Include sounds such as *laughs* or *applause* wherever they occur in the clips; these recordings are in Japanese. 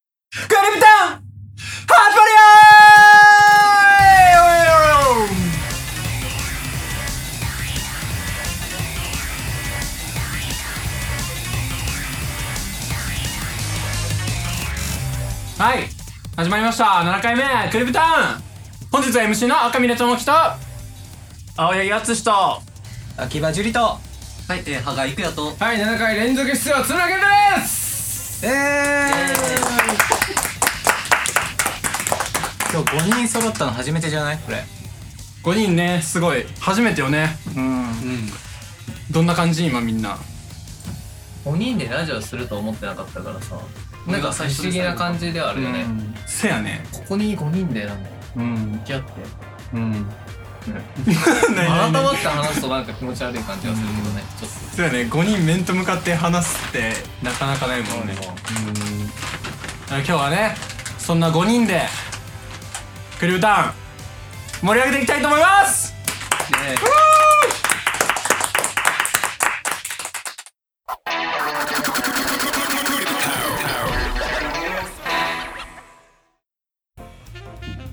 グループタウン始まりやーいおいおいおいはい始まりました7回目クリプタウン本日は MC の赤嶺智樹と青柳敦とは秋葉樹里とはい、えー、羽賀郁也と、い7回連続出をつなげるですえー今日5人揃ったの初めてじゃないこれ5人ねすごい初めてよねうんどんな感じ今みんな5人でラジオすると思ってなかったからさななんんかか最不初思で議最後な感じではあるよね、せやねここに5人でなんかうん向き合ってうん *laughs* 改まって話すとなんか気持ち悪い感じはするけどねちょっそうやね5人面と向かって話すってなかなかないもんねだから今日はねそんな5人でクリュータウン盛り上げていきたいと思います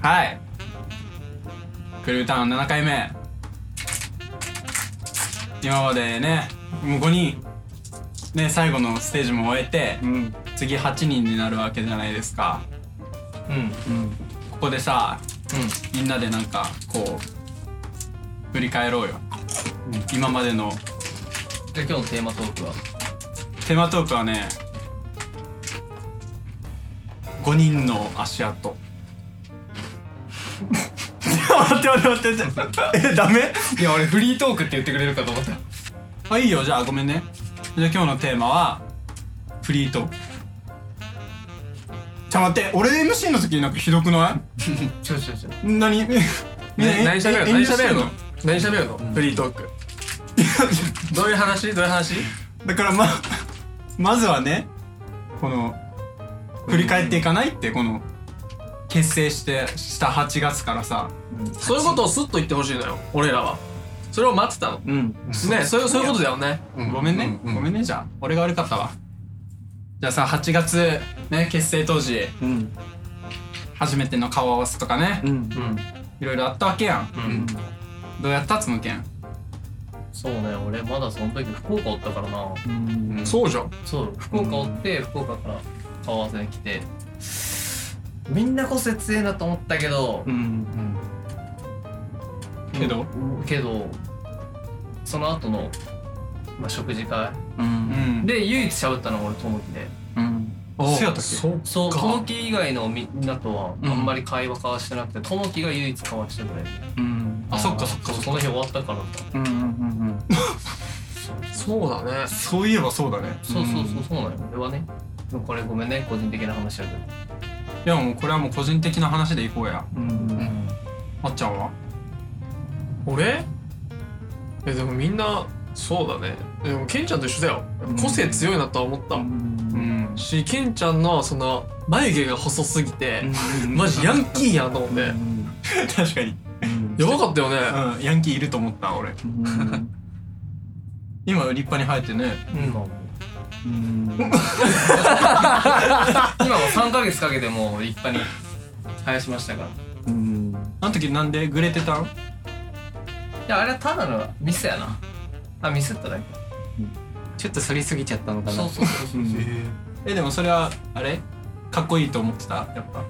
はいクリュータウン7回目今までねもう5人ね最後のステージも終えて、うん次8人になるわけじゃないですかとうんうんここでさみんなでなんかこう振り返ろうよ、今までのじゃあ今日のテーマトークはテーマトークはね5人の足跡 *laughs* 待って待って待ってえダメいや俺フリートークって言ってくれるかと思ったあいいよじゃあごめんねじゃあ今日のテーマはフリートークちょ待って俺 MC の時なんかひどくないちょちょちょ何みんなえ何喋るえの遠何慮して喋んるの何喋るのフリートーク *laughs* どういう話どういう話だからままずはねこの振り返っていかないってこの結成してした8月からさそういうことをスッと言ってほしいのよ俺らはそれを待ってたのねうんそういうそういうことだよねごめんね、ごめんねじゃあ俺が悪かったわじゃあさ8月ね結成当時うん初めての顔合わせとかねうんうんいろいろあったわけやんうんどうやったつむけんそうね俺まだその時福岡おったからなうんそうじゃんそう福岡おって、福岡から顔合わせに来てみんな個性強えなと思ったけど、うんけどけどその後のまあ、食事会ううんんで唯一喋ったのが俺ともきでうんおそうやったっけそうそうかともき以外のみんなとはあんまり会話交わしてなくてともきが唯一交わしてくれてうんあそっかそっかそうその日終わったからさうんうんうんそうだねそういえばそうだねそうそうそうそうなのよ俺はねでもこれごめんね個人的な話だけどいやもうこれはもう個人的な話でいこうやうんあっちゃんは俺えでもみんなそうだねでもケンちゃんと一緒だよ個性強いなとは思った、うん *laughs* しケンちゃんのその眉毛が細すぎて、マジヤンキーやと思って、確かにやばかったよね、うんヤンキーいると思った俺今立派に生えてね今はもう今は3ヶ月かけてもう立派に生やしましたからいあの時なんでグレてたんやあれはただのミスやなあミスっただけちょっと反りすぎちゃったのかなそうそうそうそうえでもそれはあれかっこいいと思ってたやっぱ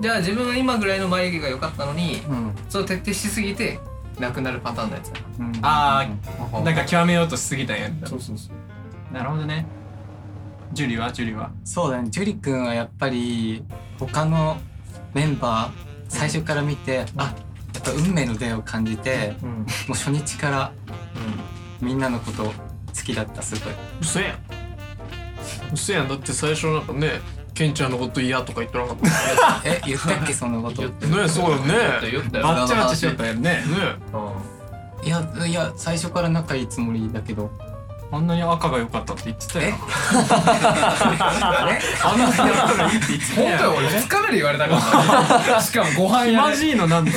じゃあ自分は今ぐらいの眉毛が良かったのにうんそれを徹底しすぎてなくなるパターンのやつやああなんか極めようとしすぎたんやそうそうそうなるほどねジュリはジュリはそうだね樹く君はやっぱり他のメンバー最初から見て、あやっぱ運命の出を感じて、うんうんもう初日からみんなのこと好きだったすごい嘘やん嘘やんだって最初なんかねケンちゃんのこと嫌とか言ってなかったねえ言ったっけそんなこと言いっねそうよねたよ言ったよバッチバチしよったよねねうんやいや最初から仲いいつもりだけどあんなに赤が良かったって言ってたよなあ *laughs* あんなに赤がいいって言ってた本当よよ俺2日目で言われたから *laughs* なしかもご飯屋マでジのなんで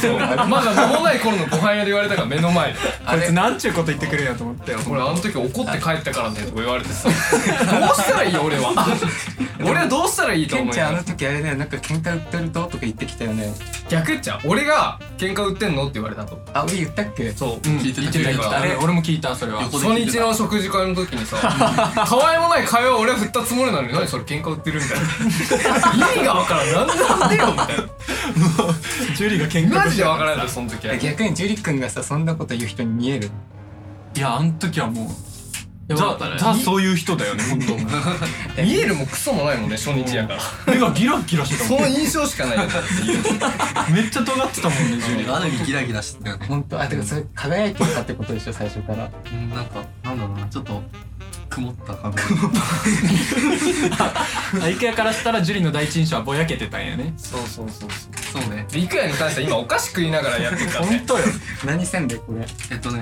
まだ間もない頃のご飯屋で言われたから目の前でこいつなんちゅうこと言ってくるんやと思ったよ俺あの時怒って帰ったからねとか言われてさどうしたらいいよ俺は俺はどうしたらいいとケ思ンうちゃんあの時あれだよなんか喧嘩売ってるととか言ってきたよね逆っちゃ俺が喧嘩売ってんのって言われたとあ俺言ったっけそう、うん聞いてた言ってた聞いてたあれ俺も聞いたそれは初日の食事会の時にさ *laughs* たわいもない会話を俺は振ったつもりなのに何それ喧嘩売ってるみたいな意味がわからんなんでなんでよみたいジュリが喧な嘩マジでわかららんだその時は逆にジュリ君がさそんなこと言う人に見えるいやあの時はもうやばかったねザザそういう人だよね本当見えるもクソもないもんね初日やから目がギラギラしてたそもんの印象しかないよねめっちゃ尖ってたもんねジュリの時ギラギラしてたよね。本当あてかそれ輝いてたってことでしょ最初からうんなんか、なんだろうな、ちょっと、曇った感じ。相手からしたらジュリの第一印象はぼやけてたんやねそうそうそうそそうね。うでいくやに関しては今お菓子食いながらやってるから本ね当よ何せんべいこれえっとね、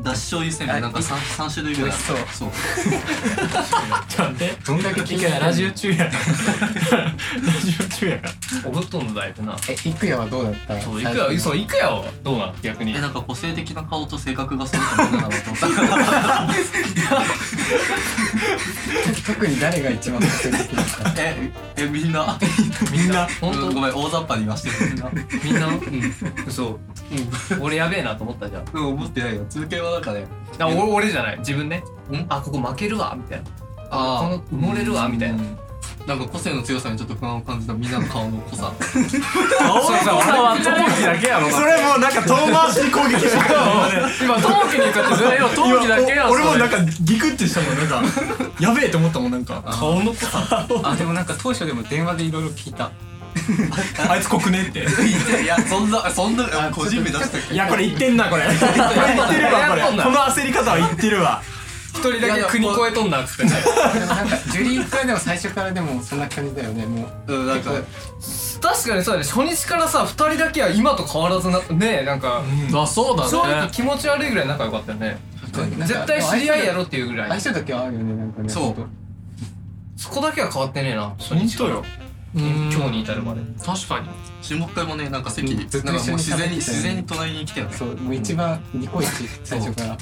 だし醤油せんあべい、なんか 3, 三種類ぐらいある。美味そちょう。っと待ってどんだけ聞いくやラジオ中やからラジオ中やからおぶっとんのだいぶなえいくやはどうだったそういくやそういくやはどうなん逆にえ、なんか個性的な顔と性格がそうだったのかなと思った。特に誰が一番稼いできるかえ、 *laughs* え、みんな。みんな本当うんごめん、大雑把に言わしてる。みんなうんそう俺やべえなと思ったじゃんうん、思ってないよ。続けはなんかね。あ俺俺じゃない自分ねんあここ負けるわみたいなあこの埋もれるわみたいななんか個性の強さにちょっと不安を感じたみんなの顔の濃さ。青それさはトモキだけやろそれもうなんか遠回しに攻撃した今トークに行くって今トークだけやん俺もなんかかギクってしたもんなんかやべえと思ったもんなんか顔の濃さ *laughs* あでもなんか当初でも電話でいろいろ聞いたあいつ濃くねっていや、そんな、そんな、個人名出したっけいやこれ言ってんなこれこれ言ってるわこれやっとんなこの焦り方は言ってるわ一人だけ国越えとんなっつってねでもなんかジュリー君でも最初からでもそんな感じだよねもううん、なんか、 *laughs* 確かにそうだね初日からさ二人だけは今と変わらずなねえなんかあそうだね正直気持ち悪いぐらい仲良かったよね絶対知り合いやろっていうぐら相い性だけはあるよねなんかねそうほんとそこだけは変わってねえな初本日当ようん今日に至るまで確かに注目会もね、なんか席、うんずっとなんかもう一緒自に然に、食べてたよね自然に隣に来たよね。そうもう一番ニコイチ最初から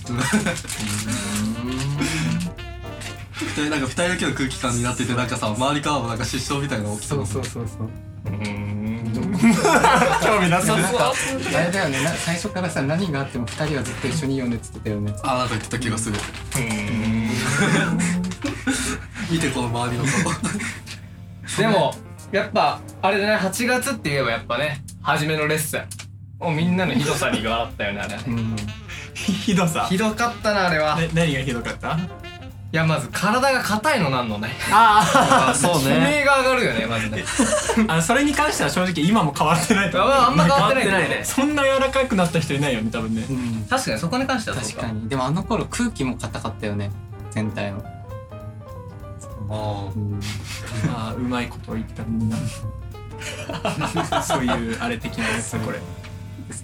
でなんか二人だけの空気感になっててなんかさ周りからもなんか失笑みたいなの起きてそるうそうそうそう興味なさなんかあれだよねな最初からさ何があっても二人はずっと一緒にいようねっつってたよねあーなんか言ってた気がする *laughs* 見てこの周りのことでもやっぱあれだね8月って言えばやっぱね初めのレッスンもうみんなのひどさに笑ったよねあれうんひどさ *laughs* ひどかったなあれはね何がひどかったいやまず体が硬いのなんのねああそう悲鳴が上がるよねま *laughs* ずねあのそれに関しては正直今も変わってないと思うまああんま変わってないけどねそんな柔らかくなった人いないよね多分ねうん確かにそこに関してはそう確かにでもあの頃空気も硬かったよね全体のあうんまあうまいことを言ったみんな *laughs* そういうあれ的なやつこれ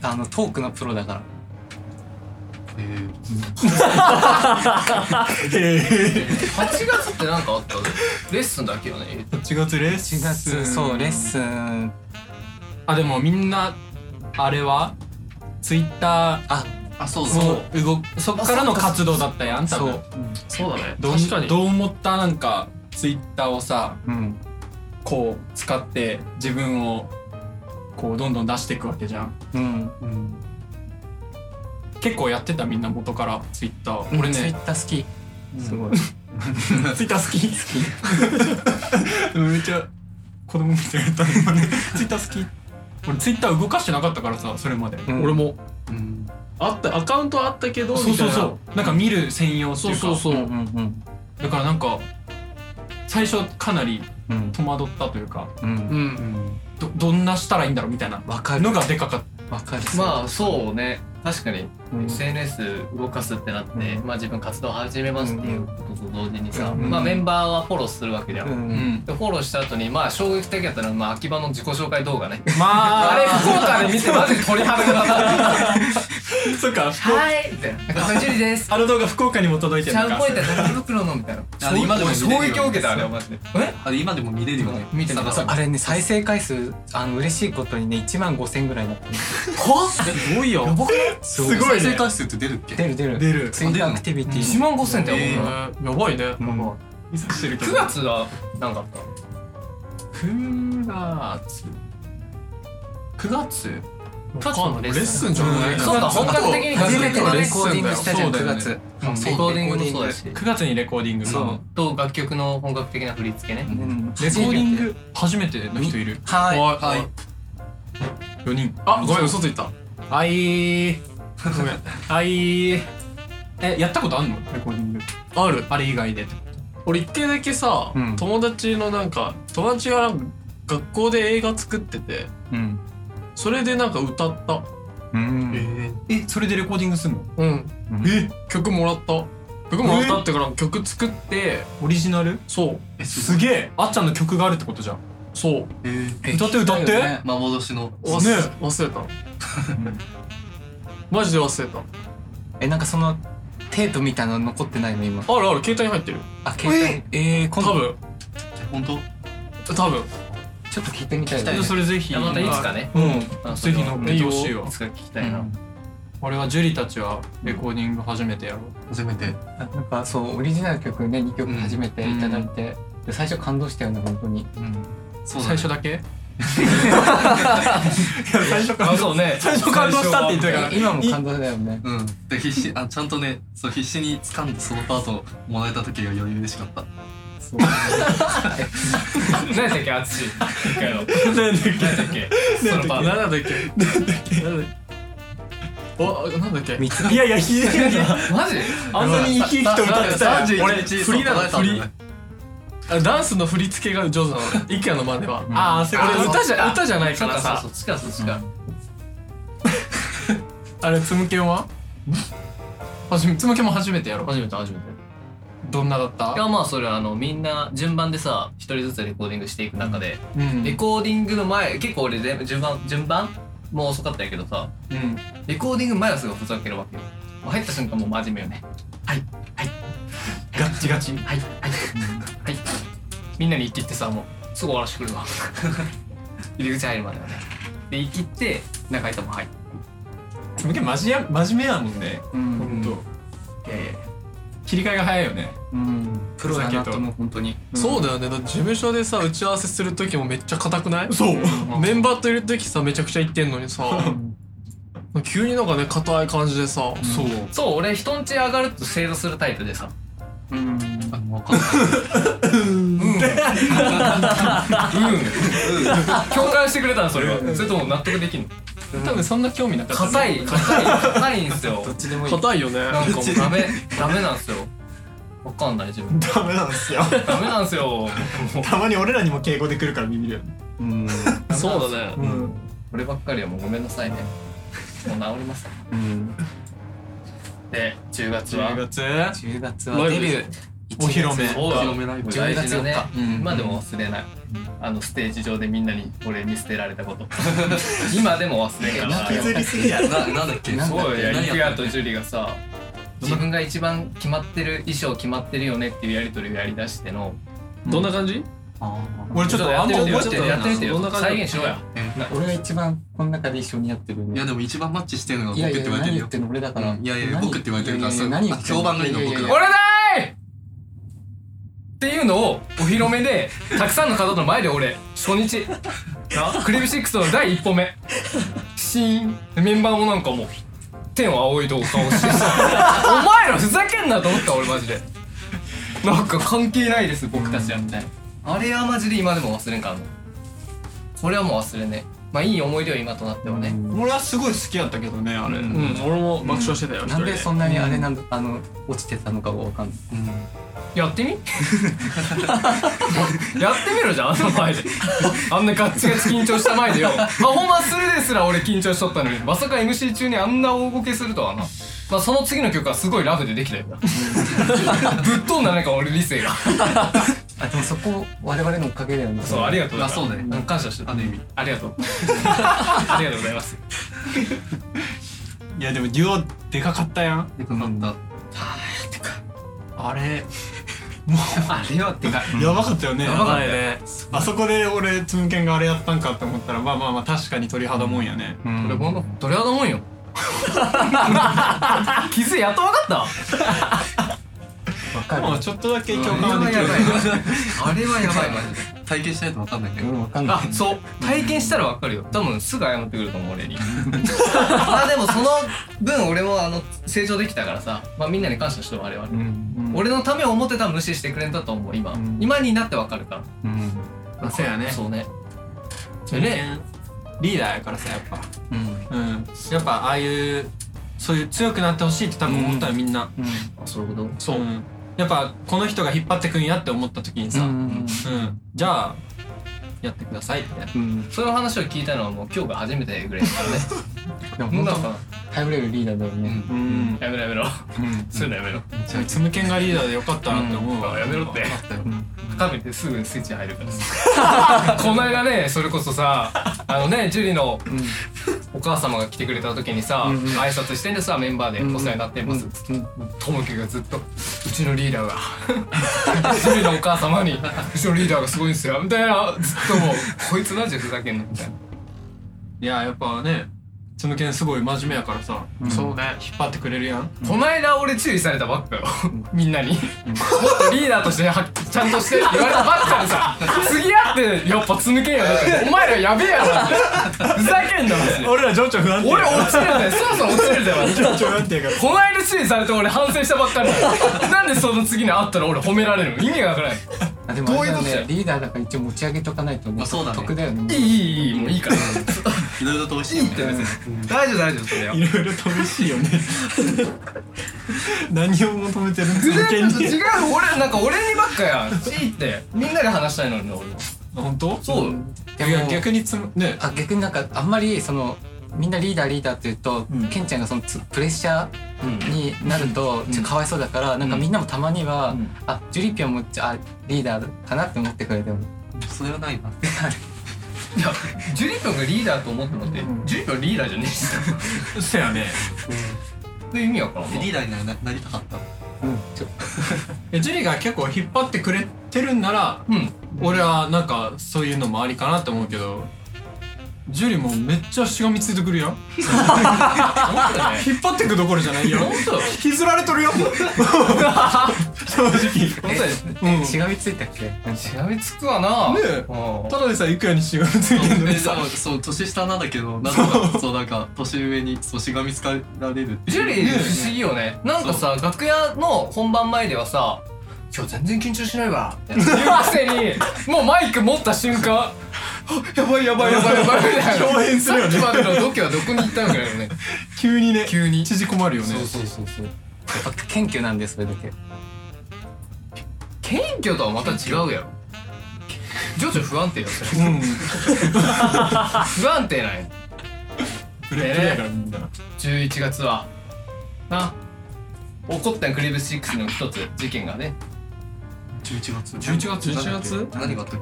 あのトークのプロだからーえー8月ってなんかあったレッスンだけよね8月レッスン4月そうレッスンあでもみんなあれはツイッタああそうーそうもう動くそっからの活動だったやん多そ分うそうだねどう確かにどう思ったなんかツイッターをさうんこう使って自分をこうどんどん出していくわけじゃんうん結構やってたみんな元からツイッター俺俺ねツイねッター好きすごい *laughs* ツイッター好き好きめっちゃ子供みたいだった今ねツイッター好き俺ツイッター動かしてなかったからさそれまで、うん俺もうんあったアカウントあったけどそうそうそみうなんか見る専用ってたいいうなかそうそううんそううんうんだからなんか最初かなりうん戸惑ったというかうんうんどどんなしたらいいんだろうみたいなわかるのがでかかっわかるまあそうね確かにうん SNS 動かすってなって、うんまあ自分活動始めますっていうことと同時にさ、うんまあメンバーはフォローするわけじゃん、た、*laughs* んでフォローした後にまあ衝撃的だったのは、まあ、秋葉の自己紹介動画ねまああれ福岡で見てマジで鳥肌が立っ *laughs* そっか、福岡はいみたいな「中村樹里です」あの動画福岡にも届いてシるのャかンポイントは中袋のみたいなあれ今でも俺見衝れるよね撃を受けたあれはマジでえあれ今でも見れるよね見てみた探せばあれね再生回数あの嬉しいことにね1万5000ぐらいになってる怖っすごいよ僕すごいね再生回数って出るっけ出る出る出るツイッターアクティビティ1万5000ってえやばくないーやばいねうん見さしてるけど9月はなんかあった9月9月わかんないレッスンじゃない、うんそうか本格的に初めてのレコーディングしたじゃんそう9だよね月レコーディングもそうだし9月にレコーディングそうと楽曲の本格的な振り付けねうんレコーディング初めての人いるはいはいはい4人あごめん嘘ついたあいーご *laughs* めんあいーえやったことあんのレコーディングあるあれ以外で俺一回だけさ、うん友達のなんか友達がなんか学校で映画作っててうんそれでなんか歌ったうんえそれでレコーディングすんのうんえ曲もらった曲もらったってから曲作ってオリジナルそうえすげえあっちゃんの曲があるってことじゃんそうえー歌って歌って、ね幻の忘ねれ,、忘れた *laughs* マジで忘れたえなんかそのテープみたいなの残ってないの今あるある携帯に入ってるあ携帯えー多今度分本当多分ちょっと聞いてみたちいょねっとそれぜひいやまたいつかねうんあそぜれはひ乗っけてほしいわいつか聞きたいな俺はジュリたちはレコーディング初めてやろう初めてあなんかそうオリジナル曲ね2曲初めていただいて、で最初感動したよね本当にそうだ最ね初だけいや最初あそうね最初感動したって言ってたからえ今も感動だよねうんで必死あちゃんとねそう必死に掴んでそのパートをもらえた時が余裕でしかったそう何やったっけ淳一回の何だっ何やったっけそのパー何トだっけ何だっけおなんだっけ3つけいやいやひでえなマジあんなに生き生きと歌ってたら31俺日振りなのそう捉えたんだよねあダンスの振り付けが上手な *laughs* の IKEA の真似はああそういう俺こと歌じゃ歌じゃないそかうからそうさそうつかそうつかあれつむけんは初めつむけんも初めてやろう初めて初めてどんなだっいたやまあそれはあのみんな順番でさ一人ずつレコーディングしていく中でうんレコーディングの前結構俺で順番順番もう遅かったんやけどさうんレコーディング前はすごいふざけるわけよもう入った瞬間もう真面目よねガッチガチはいはいはいみんなに行きってさもうすぐ終わらしてく *laughs* るわ入り口入るまではねで行きって中井さんも入ってつむけんマジや真面目やもんねうんほんといやいや切り替えが早いよねうんプロだなと思う本当にそうだよねだって事務所でさ打ち合わせする時もめっちゃ硬くないそうメンバーといる時さめちゃくちゃ言ってんのにさ急になんかね硬い感じでさそうそう俺人んち上がると正座するタイプでさうんあの分かんない *laughs* 共感してくれたのそれはそれとも納得できんの多分そんな興味なかった硬い硬い硬いんすよ *laughs* どっちでもいい硬いよねなんかもうダメダメなんすよわかんない自分ダメなんですよダメなんすよたまに俺らにも敬語で来るからビビるよねうんそうだねうん俺ばっかりはもうごめんなさいねもう治りますうんで10月は10月10月はデビューお披露目そうだ広めライブ大事だね10月4日うん今でも忘れないあのステージ上でみんなに俺見捨てられたこと今でも忘れないなんかすよりすぎやななんだっけなんだっごいや何リクやヤったとジュリがさ自分が一番決まってる衣装決まってるよねっていうやり取りをやりだしてのどんな感じ俺ちょっとあんまやっ覚えててみてよなやいってみてどよんな感じ再現しろや俺が一番この中で一緒にやってるいやねでも一番マッチしてるのがい僕っやいてや言われて何る言よってんの俺だからうんいやいや何僕って言われてるからいやいそやう何言ってんのあ評判がいいのややや僕俺だーいっていうのをお披露目でたくさんの方の前で俺初日なクリブシックスの第一歩目シーンでメンバーもなんかもう天を仰いとお顔してさお前らふざけんなと思った俺マジでなんか関係ないです僕たちはみたいなあれはマジで今でも忘れんからなこれはもう忘れねえまあいい思い出は今となってはね、俺はすごい好きやったけどねあれうん俺も爆笑してたよなんでそそんなにあれなんだあの落ちてたのかがわかんないやってみ *laughs* やってみろじゃんあの前であんなガッチガチ緊張した前でよパフォーマンスするですら俺緊張しとったのにまさか MC 中にあんな大ボケするとはなまあその次の曲はすごいラフでできた *laughs* よなぶっ飛んだなんか俺理性があでもそこ我々のおかげだよねそうありがとうあそうだねね感謝してる *laughs* ある意味ありがとうありがとうございますいやでもデュオでかかったやんでかかったあれあれよってか、うんやばかったよねやばかったあれねあそこで俺つむけんがあれやったんかって思ったらまあまあまあ確かに鳥肌もんやね、うん俺このどれだもん *laughs* よ傷やっとわかっわかるもうちょっとだけ共あれ感ははできや *laughs* るばいあれはやばいマジで体験しないと分かんないね俺わかんたないあそう体験したらわかるよ多分すぐ謝ってくると思う俺にまあでもその分俺もあの成長できたからさ、まあ、みんなに感謝してもあれは、うんうん俺のためを思ってたら無視してくれたと思う今、うん今になってわかるからうんまあそうやねそうねでねリーダーやからさやっぱうんうんやっぱああいうそういう強くなってほしいって多分思ったらみんな、うんあそういうことそう、うんやっぱこの人が引っ張ってくんやって思った時にさ、うんうん、じゃあやってくださいってうんそういう話を聞いたのはもう今日が初めてぐらいですからねでももう *laughs* 本なん当か頼れるリーダーだよねうんやめろやめろうんそういうのやめろつむけんがリーダーでよかったなって思うわ、やめろってあったよ食べてすぐにスイッチ入るから *laughs* この間ねそれこそさあのねジュリのお母様が来てくれた時にさ、うんうん挨拶してんでさメンバーでうんお世話になってますっつって、うんともきがずっとうちのリーダーがジュリのお母様にうちのリーダーがすごいんですよみたいなずっともうこいつマジでふざけんなみたいないややっぱねつむけんすごい真面目やからさそうね引っ張ってくれるやんこないだ俺注意されたばっかよみんなにもっとリーダーとしてはちゃんとしてって言われたばっかでさ次会ってやっぱつぬけんよだってお前らやべえやろってふざけんなマジで俺ら情緒不安俺落ちてるぜそろそろ落ちてるぜマジで情緒不安定やからこの間注意されて俺反省したばっかりだよなんでその次に会ったら俺褒められるの意味がわからないあでもあれだどういうことだねよリーダーだから一応持ち上げとかないとねあそうだね得だよいねいいいいいもういいからいろいろと美味しいよね大丈夫大丈夫それよいろいろ試しい *laughs* よね何を求めてるんグつレむけんープと違にう俺なんか俺にばっかやんいいってみんなで話したいのにね俺本当そうよでいやも逆につむねあ逆になんかあんまりそのみんなリーダーリーダーって言うと、うんケンちゃんがそのつプレッシャーになるとちょっとかわいそうだから、なんかみんなもたまには、うんあジュリピョンもあリーダーかなって思ってくれてもそれはないないやジュリピョンがリーダーと思ってもらってジュリピョンリーダーじゃねえしせやねそういう意味わからんなリーダーにななりたかったえジュリが結構引っ張ってくれてるんならうん俺はなんかそういうのもありかなって思うけどジュリもめっちゃしがみついてくるや *laughs* ん本当だね引っ張ってくどころじゃないよ本当だよ引きずられとるよ正直本当だようんしがみついたっけなんかしがみつくわなねえうんただでさえいくやにしがみつい *laughs* てるのにえさそうそう年下なんだけどなんかそうなんか年上にそうしがみつかられるってジュリー不思議よね。なんかさ、楽屋の本番前ではさ、今日全然緊張しないわ。って言うくせに、もうマイク持った瞬間、あやばいやばいやばいやばいみたいな。豹変するよねさっきまでの度胸はどこに行ったのかよね。急にね急に。縮こまるよねそうそうそう。やっぱ謙虚なんでそれだけ謙虚とはまた違うやろ。徐々不安定やそれ。うん不安定なんや。ブレッキやからみんな11月は。な。起こったクリブ6の一つ事件がね11月11月11月何があったっ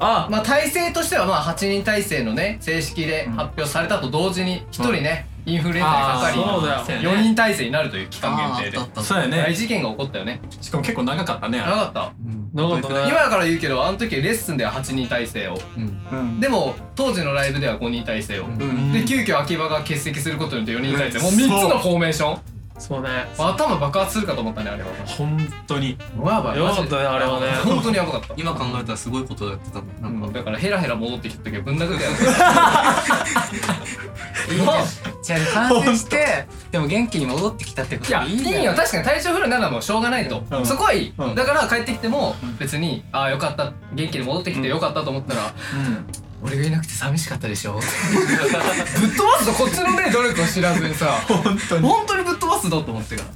あまあ体制としてはまあ8人体制のね正式で発表されたと同時に1人ね、インフルエンザにあーそうだかよかり4人体制になるという期間限定でああったあったそうや大ね事件が起こったよねしかも結構長かったねあれ長かなかったったね今だから言うけどあの時レッスンでは8人体制をうんでも当時のライブでは5人体制を、んで急遽秋葉が欠席することによって4人体制、うんもう3つのフォーメーションそうね頭爆発するかと思ったねあれは本当にやばやばかったねあれはね本当にやばかった今考えたらすごいことやってたもんなんかだからヘラヘラ戻ってきた時はぶん殴ってや *laughs* るじゃあ反省してでも元気に戻ってきたってこいとやでいいいんだいよ確かに体調不良になるのはもうしょうがないと、うんそこはいい、うんだから帰ってきても別にああよかった元気に戻ってきてよかったと思ったら、俺がいなくて寂しかったでしょぶっ飛ばすとこっちのね努力を知らずにさ本当に本当にぶっ飛ばすぞと思ってから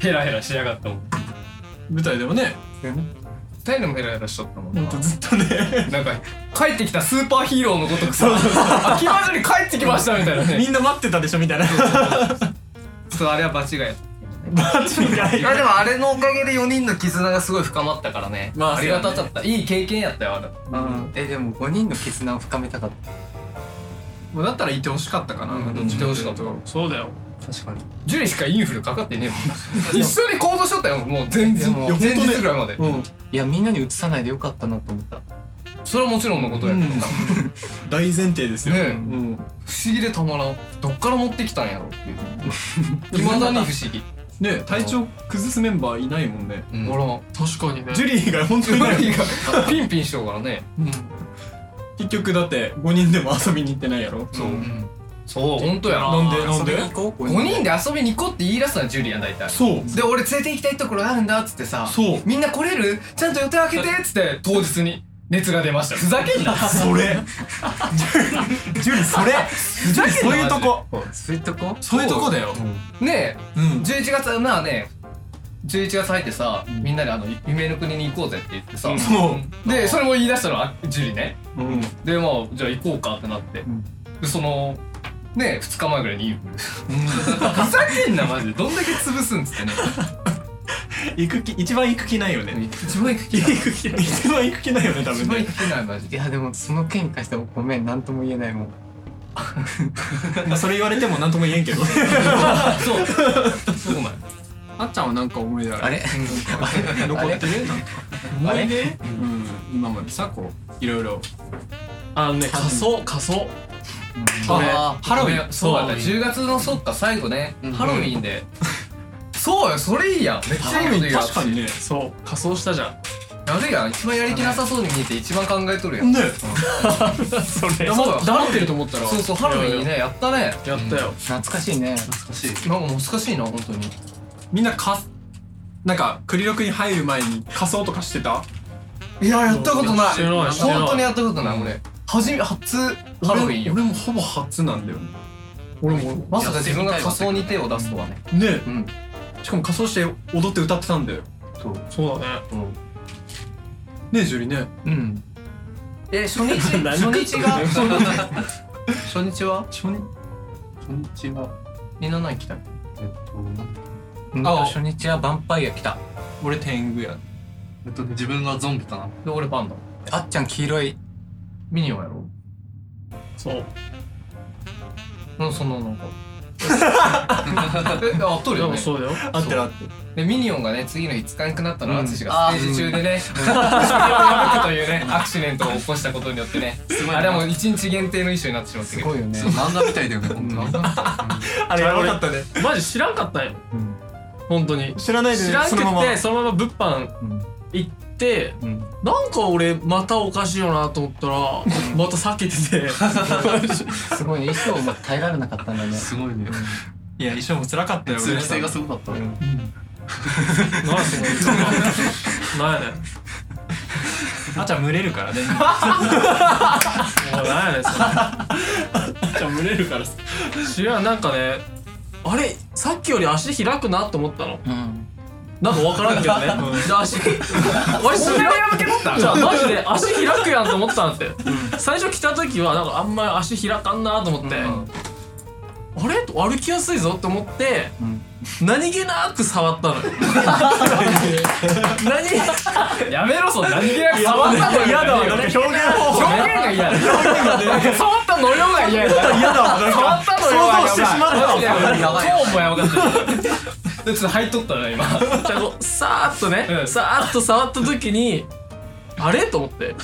ヘラヘラしやがったもん舞台でもね二人でもヘラヘラしとったもんな本当ずっとねなんか帰ってきたスーパーヒーローのごとくさ秋葉原に帰ってきましたみたいなねみんな待ってたでしょみたいなそうあれは場違いマジかいよやでもあれのおかげで4人の絆がすごい深まったからね、まあありがたかった、いい経験やったよあれうんえでも5人の絆を深めたかったもうだったらいてほしかったかなうんいてほしかったどちそうだよ確かにジュリしかインフルかかってねえもんな一緒に行動しとったよもう前日いやもう前日ぐらいまで、うんいやみんなに移さないでよかったなと思ったそれはもちろんのことや、ね大前提ですえよ、うん不思議でたまらんどっから持ってきたんやろっていういまだに不思議ね体調崩すメンバーいないもんねうんあら確かにねジュリー以外本当にいないジュリがピンピンしとうからねうん結局だって5人でも遊びに行ってないやろそう、んそう本当やななんでなん遊びでに行こう5人で遊びに行こうって言い出すのはジュリア大体そうで俺連れて行きたいところあるんだっつってさそうみんな来れるちゃんと予定開けてっつって当日に熱が出ましたふざけんなそれジュリーそれふざけんなそういうとこそういうとこそういうとこだよマジでねうんえ11月まあね11月入ってさみんなであの夢の国に行こうぜって言ってさ、そうでそれも言い出したのはジュリねうんでまあじゃあ行こうかってなって、でそのね2日前ぐらいにインフルふざけんなマジでどんだけ潰すんっつってね行く気一番行く気ないよね *laughs* 一番行く気ない行く気一番行く気ないよね多一分番ね行く気ないマジいでやでもその件に関してはごめん何とも言えないもんまあそれ言われても何とも言えんけどそうそうなんよあっちゃんはなんか思い出あるあれ残ってね思い出うん今までさこういろいろあのね仮想仮想あハロウィンンそうだった10月のそっか最後ねハロウィンでそうよそれいいやんめっちゃいいこと言うやん確かにねそう仮装したじゃんやるやん一番やる気なさそうに見えて一番考えとるやんねそれそうよ黙ってると思ったらそうそうハロウィンねやったねやったよ懐かしいね懐かしいなんか難しいな本当にみんなかなんかクリロクに入る前に仮装とかしてたいややったことないしてないしてない本当にやったことない俺初め初ハロウィンよ俺もほぼ初なんだよね俺もまさか自分が仮装に手を出すとはねねうんしかも仮装して踊って歌ってたんだよそうだねねえジュリねうんえ初日初何日が初日は初日こんにちはみんな何来たっけえっとなんうんあ初日はヴァンパイア来た俺天狗やえっとね自分がゾンビかなで俺パンダあっちゃん黄色いミニオンやろそううん、そのなんか。え、あ、とるでよもね。そうだよ合ってる合ってるで、ミニオンがね、次の日使えなくなったの、うん淳がステージ中で *laughs* ね、それを破くというね、アクシデントを起こしたことによってね、すごいあれはもう一日限定の衣装になってしまったすけど。ごいよねそう漫画みたい *laughs* だよね本当にあれやばかったねマジ知らんかったんようん本当に知らないで知らんそくのままてそのまま物販うん行ってうんなんか俺またおかしいよなと思ったらまた避けて *laughs* てすごいね衣装も耐えられなかったんだねすごいねいや衣装も辛かったよ通気性が俺すごかったなんやそのなんやねんあちゃん群れるからねおいなんやねんそあちゃん群れるから *laughs* され知らんなんかねあれさっきより足開くなと思ったのうんなんかわからんけどねで *laughs* 足俺知らんじゃあマジで足開くやんと思ったんだって、最初来た時はなんかあんまり足開かんなと思って、あれ歩きやすいぞって思って、ん何気なく触 *laughs* ったのよ何気やめろ、その何気なく触ったの嫌だわなんか表現表現方法が嫌だ。触ったのよが嫌だ。嫌だわなん触かったのよが想像してしまったわやばいやばい。今日もやばかった。で、ちょっと入っとったな、今。じゃあこうさーっとね、うんさーっと触った時にあれと思 *laughs* って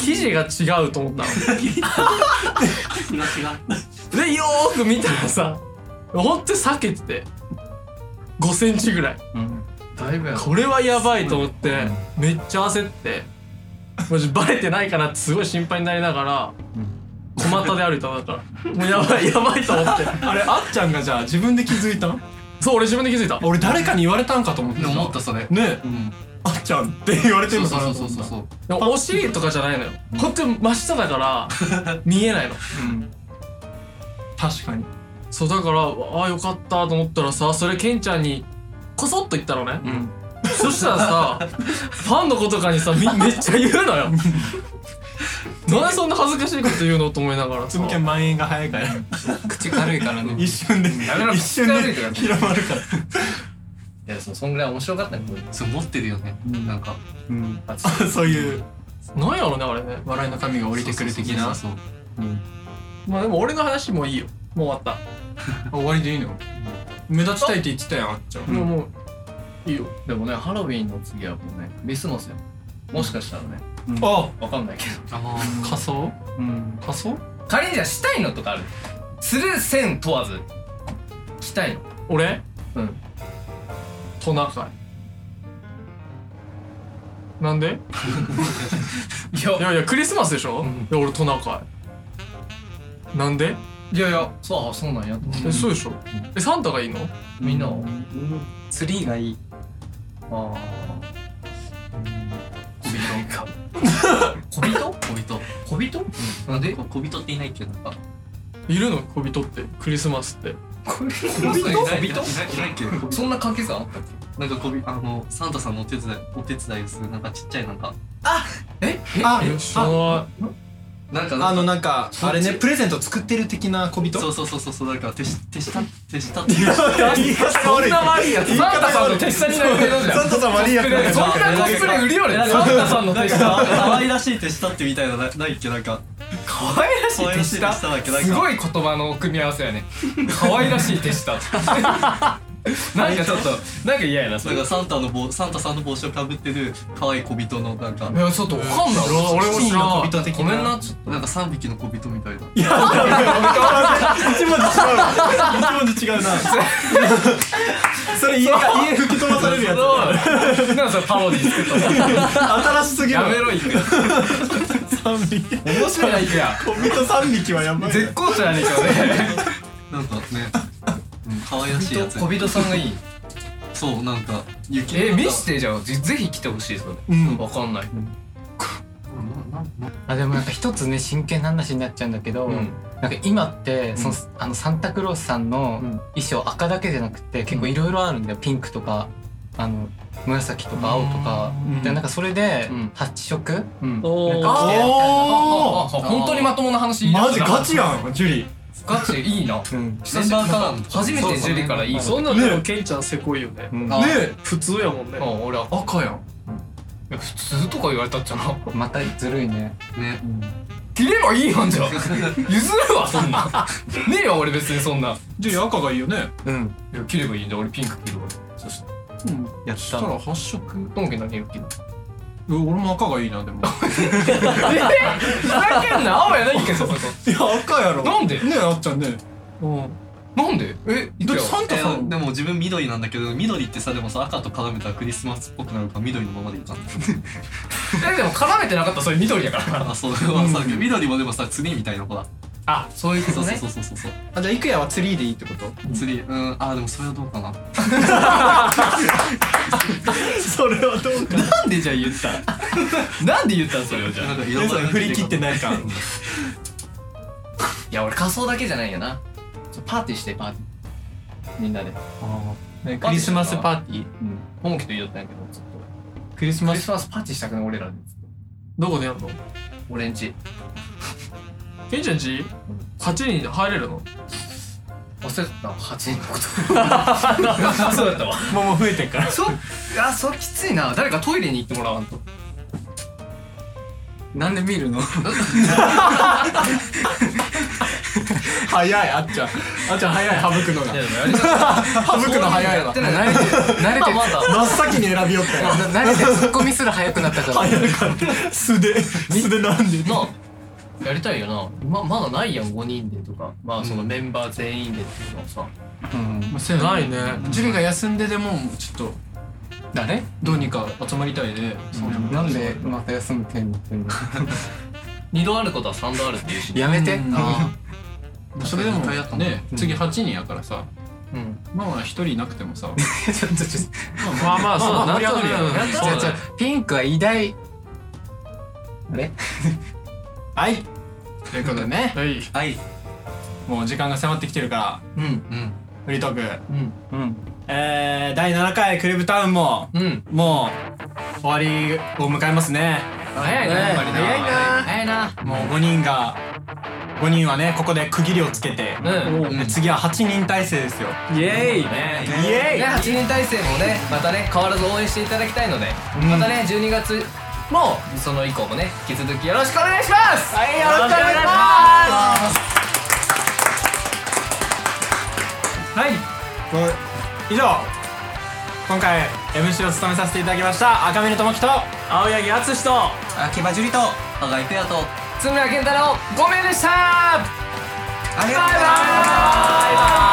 生地が違うと思ったのでよーく見たらさほんとに避けてて5センチぐらいだいぶやこれはやばいと思ってめっちゃ焦ってマジバレてないかなってすごい心配になりながら小股で歩いたのだからもうやばいやばいと思ってあれあっちゃんがじゃあ自分で気づいたんそう俺自分で気づいた俺誰かに言われたんかと思ってでた思ったそれねえうんあっちゃんって言われてそるのうそかなうそうそうそうでもお尻とかじゃないのよほんとに真下だから *laughs* 見えないの確かにそうだからああよかったと思ったらさそれケンちゃんにこそっと言ったのね、そしたらさファンの子とかにさみめっちゃ言う *laughs* のよなんでそんな恥ずかしいこと言うのと思いながらつさむけん蔓延が早いから口軽いからね一瞬でめろ一瞬で口悪いと広まるからいや、そうそんぐらい面白かったね、これそう持ってるよねなんかあそういうなんやろねあれね笑いの神が降りてくる的なそうそうそうそうまあでも俺の話もいいよもう終わっ終わりでいいのう目立ちたいって言ってたやんあっちゃんもうもういいよでもねハロウィンの次はもうねビスマスよもしかしたらねあわかんないけど仮装うん仮装仮にじゃあしたいのとかあるする線問わずしたいの俺うんトナカイなんで *laughs* いいややいやクリスマスでしょ、んいや俺トナカイなんで、いやいやそうあそうなんやと思ってえそうでしょえサンタがいいのみんなはツリーがいいああ小人か小小人人小人なんでこ小人って言いないっけどなんかいるの小人ってクリスマスって小人いないいないっけ小人そんな関係性あったっなんか小人あのサンタさんのお手伝いお手伝いをするなんかちっちゃいなんかあえ知らななんかあのなんかあれねプレゼント作ってる的な小人 *laughs* そうそうそうそうそうなんか手し手下手下っていう言い方が悪い悪いやつサンタさんの手下になるけどじゃんサンタさん悪いやつだからそんなコスプレ売りよねサンタさんの手下可愛らしい手下ってみたいななないっけなんか可愛らし可愛らしいい手手下下だっけなんかすごい言葉の組み合わせやね可愛らしい手下なんかちょっとなんか嫌やなそなんれかサンタの帽サンタさんの帽子をかぶってる可愛い小人のなんかいやちょっとわかんない俺も知ら小人的ごなめんなちょっなんか三匹の小人みたいな一文字違うな一文字違うなそれ家が家吹き飛ばされるやつとなんかそれパロディ作った新しすぎるやめろいく三匹面白いないくや小人三匹はやばい絶好調やねんけどねなんかねうん可愛らしいやつ小人さんがいいそうなんか雪え見してじゃあぜぜひ来てほしいそれうんわかんないあでもなんか一つね真剣な話になっちゃうんだけど、うんなんか今ってその、あのサンタクロースさんのうん衣装赤だけじゃなくて結構いろいろあるんだよ、ピンクとかあの紫とか青とか、うんでなんかそれでうん8色、うんあおーああおお本当にまともな話言い出マしジたガチやんジュリガチいいなうん久しぶりから初めてジュリからいいわそんなのでもケンちゃんせこいよねうんあね普通やもんねあ俺は赤やんいや普通とか言われたっちゃなまたずるいねね切ればいいやんじゃん譲るわそんなねえよ俺別にそんなジュリ赤がいいよねうんいや切ればいいんだ俺ピンク切るわそしてやっそしたたら発色トンケ何色着る俺も赤がいいなでもふざけんな青やないけどそこいや赤やろなんでねえあっちゃんねなんでえいだやってサンタえさんでも自分緑なんだけど緑ってさでもさ赤と絡めたらクリスマスっぽくなるから緑のままでいいかなえでも絡めてなかったらそれ緑やからあそうまあさ緑もでもさツリーみたいなほらあそういうそうそうそうそうそうあじゃあいくやはツリーでいいってことツリーうんあでもそれはどうかなそれはどうかなんでじゃあ言ったなんで言ったんそれをじゃなあんかね色それ振り切ってねないかいや俺仮装だけじゃないよなパーティーしてパーティーみんなでねクリスマスパーティー本気と言いよったんやけどちょっとクリスクマリススマスパーティーしたくない俺らでどこでやんの俺んちケンちゃんち8人入れるの忘れてた8人のことそうだったわもうもう増えてるからそあそうきついな誰かトイレに行ってもらわんとなんで見るの早いあっちゃんあっちゃん早い省くのがでもやりたい *laughs* 省くの早いわてない慣れて慣れてまだ真っ先に選びよったよ慣れてツッコミすら早くなったから素で素でなんでなあやりたいよなままだないやん5人でとかまあそのメンバー全員でっていうのはさ、うんないねジュリが休んででもちょっと誰どうにか集まりたいでなんでまた休む件になってんの *laughs* 二度あることは三度あるっていうしやめて、うんあそれでも一回やったもんね次8人やからさうんまあまあ1人いなくてもさーちょっとちょっとまあまあそうまあまあな盛り上がんるやんとなくそうじだゃねじゃピンクは偉大あれはいということでねはいはいもう時間が迫ってきてるからうんうんフリートークうんうんえー、第7回クレブタウンもうんもう終わりを迎えますね早いなねやっぱりな早いな早いなもう5人が5人はねここで区切りをつけて、うんで次は8人体制ですよイエーイねイエーイね、8人体制もねまたね変わらず応援していただきたいので、またね12月もその以降もね引き続きよろしくお願いしますはいよろしくお願いしますはいこれ以上今回 MC を務めさせていただきました赤嶺智樹と青柳敦史と秋葉樹里とあがいてやと津村健太郎5名でしたありがとうございますバイバイ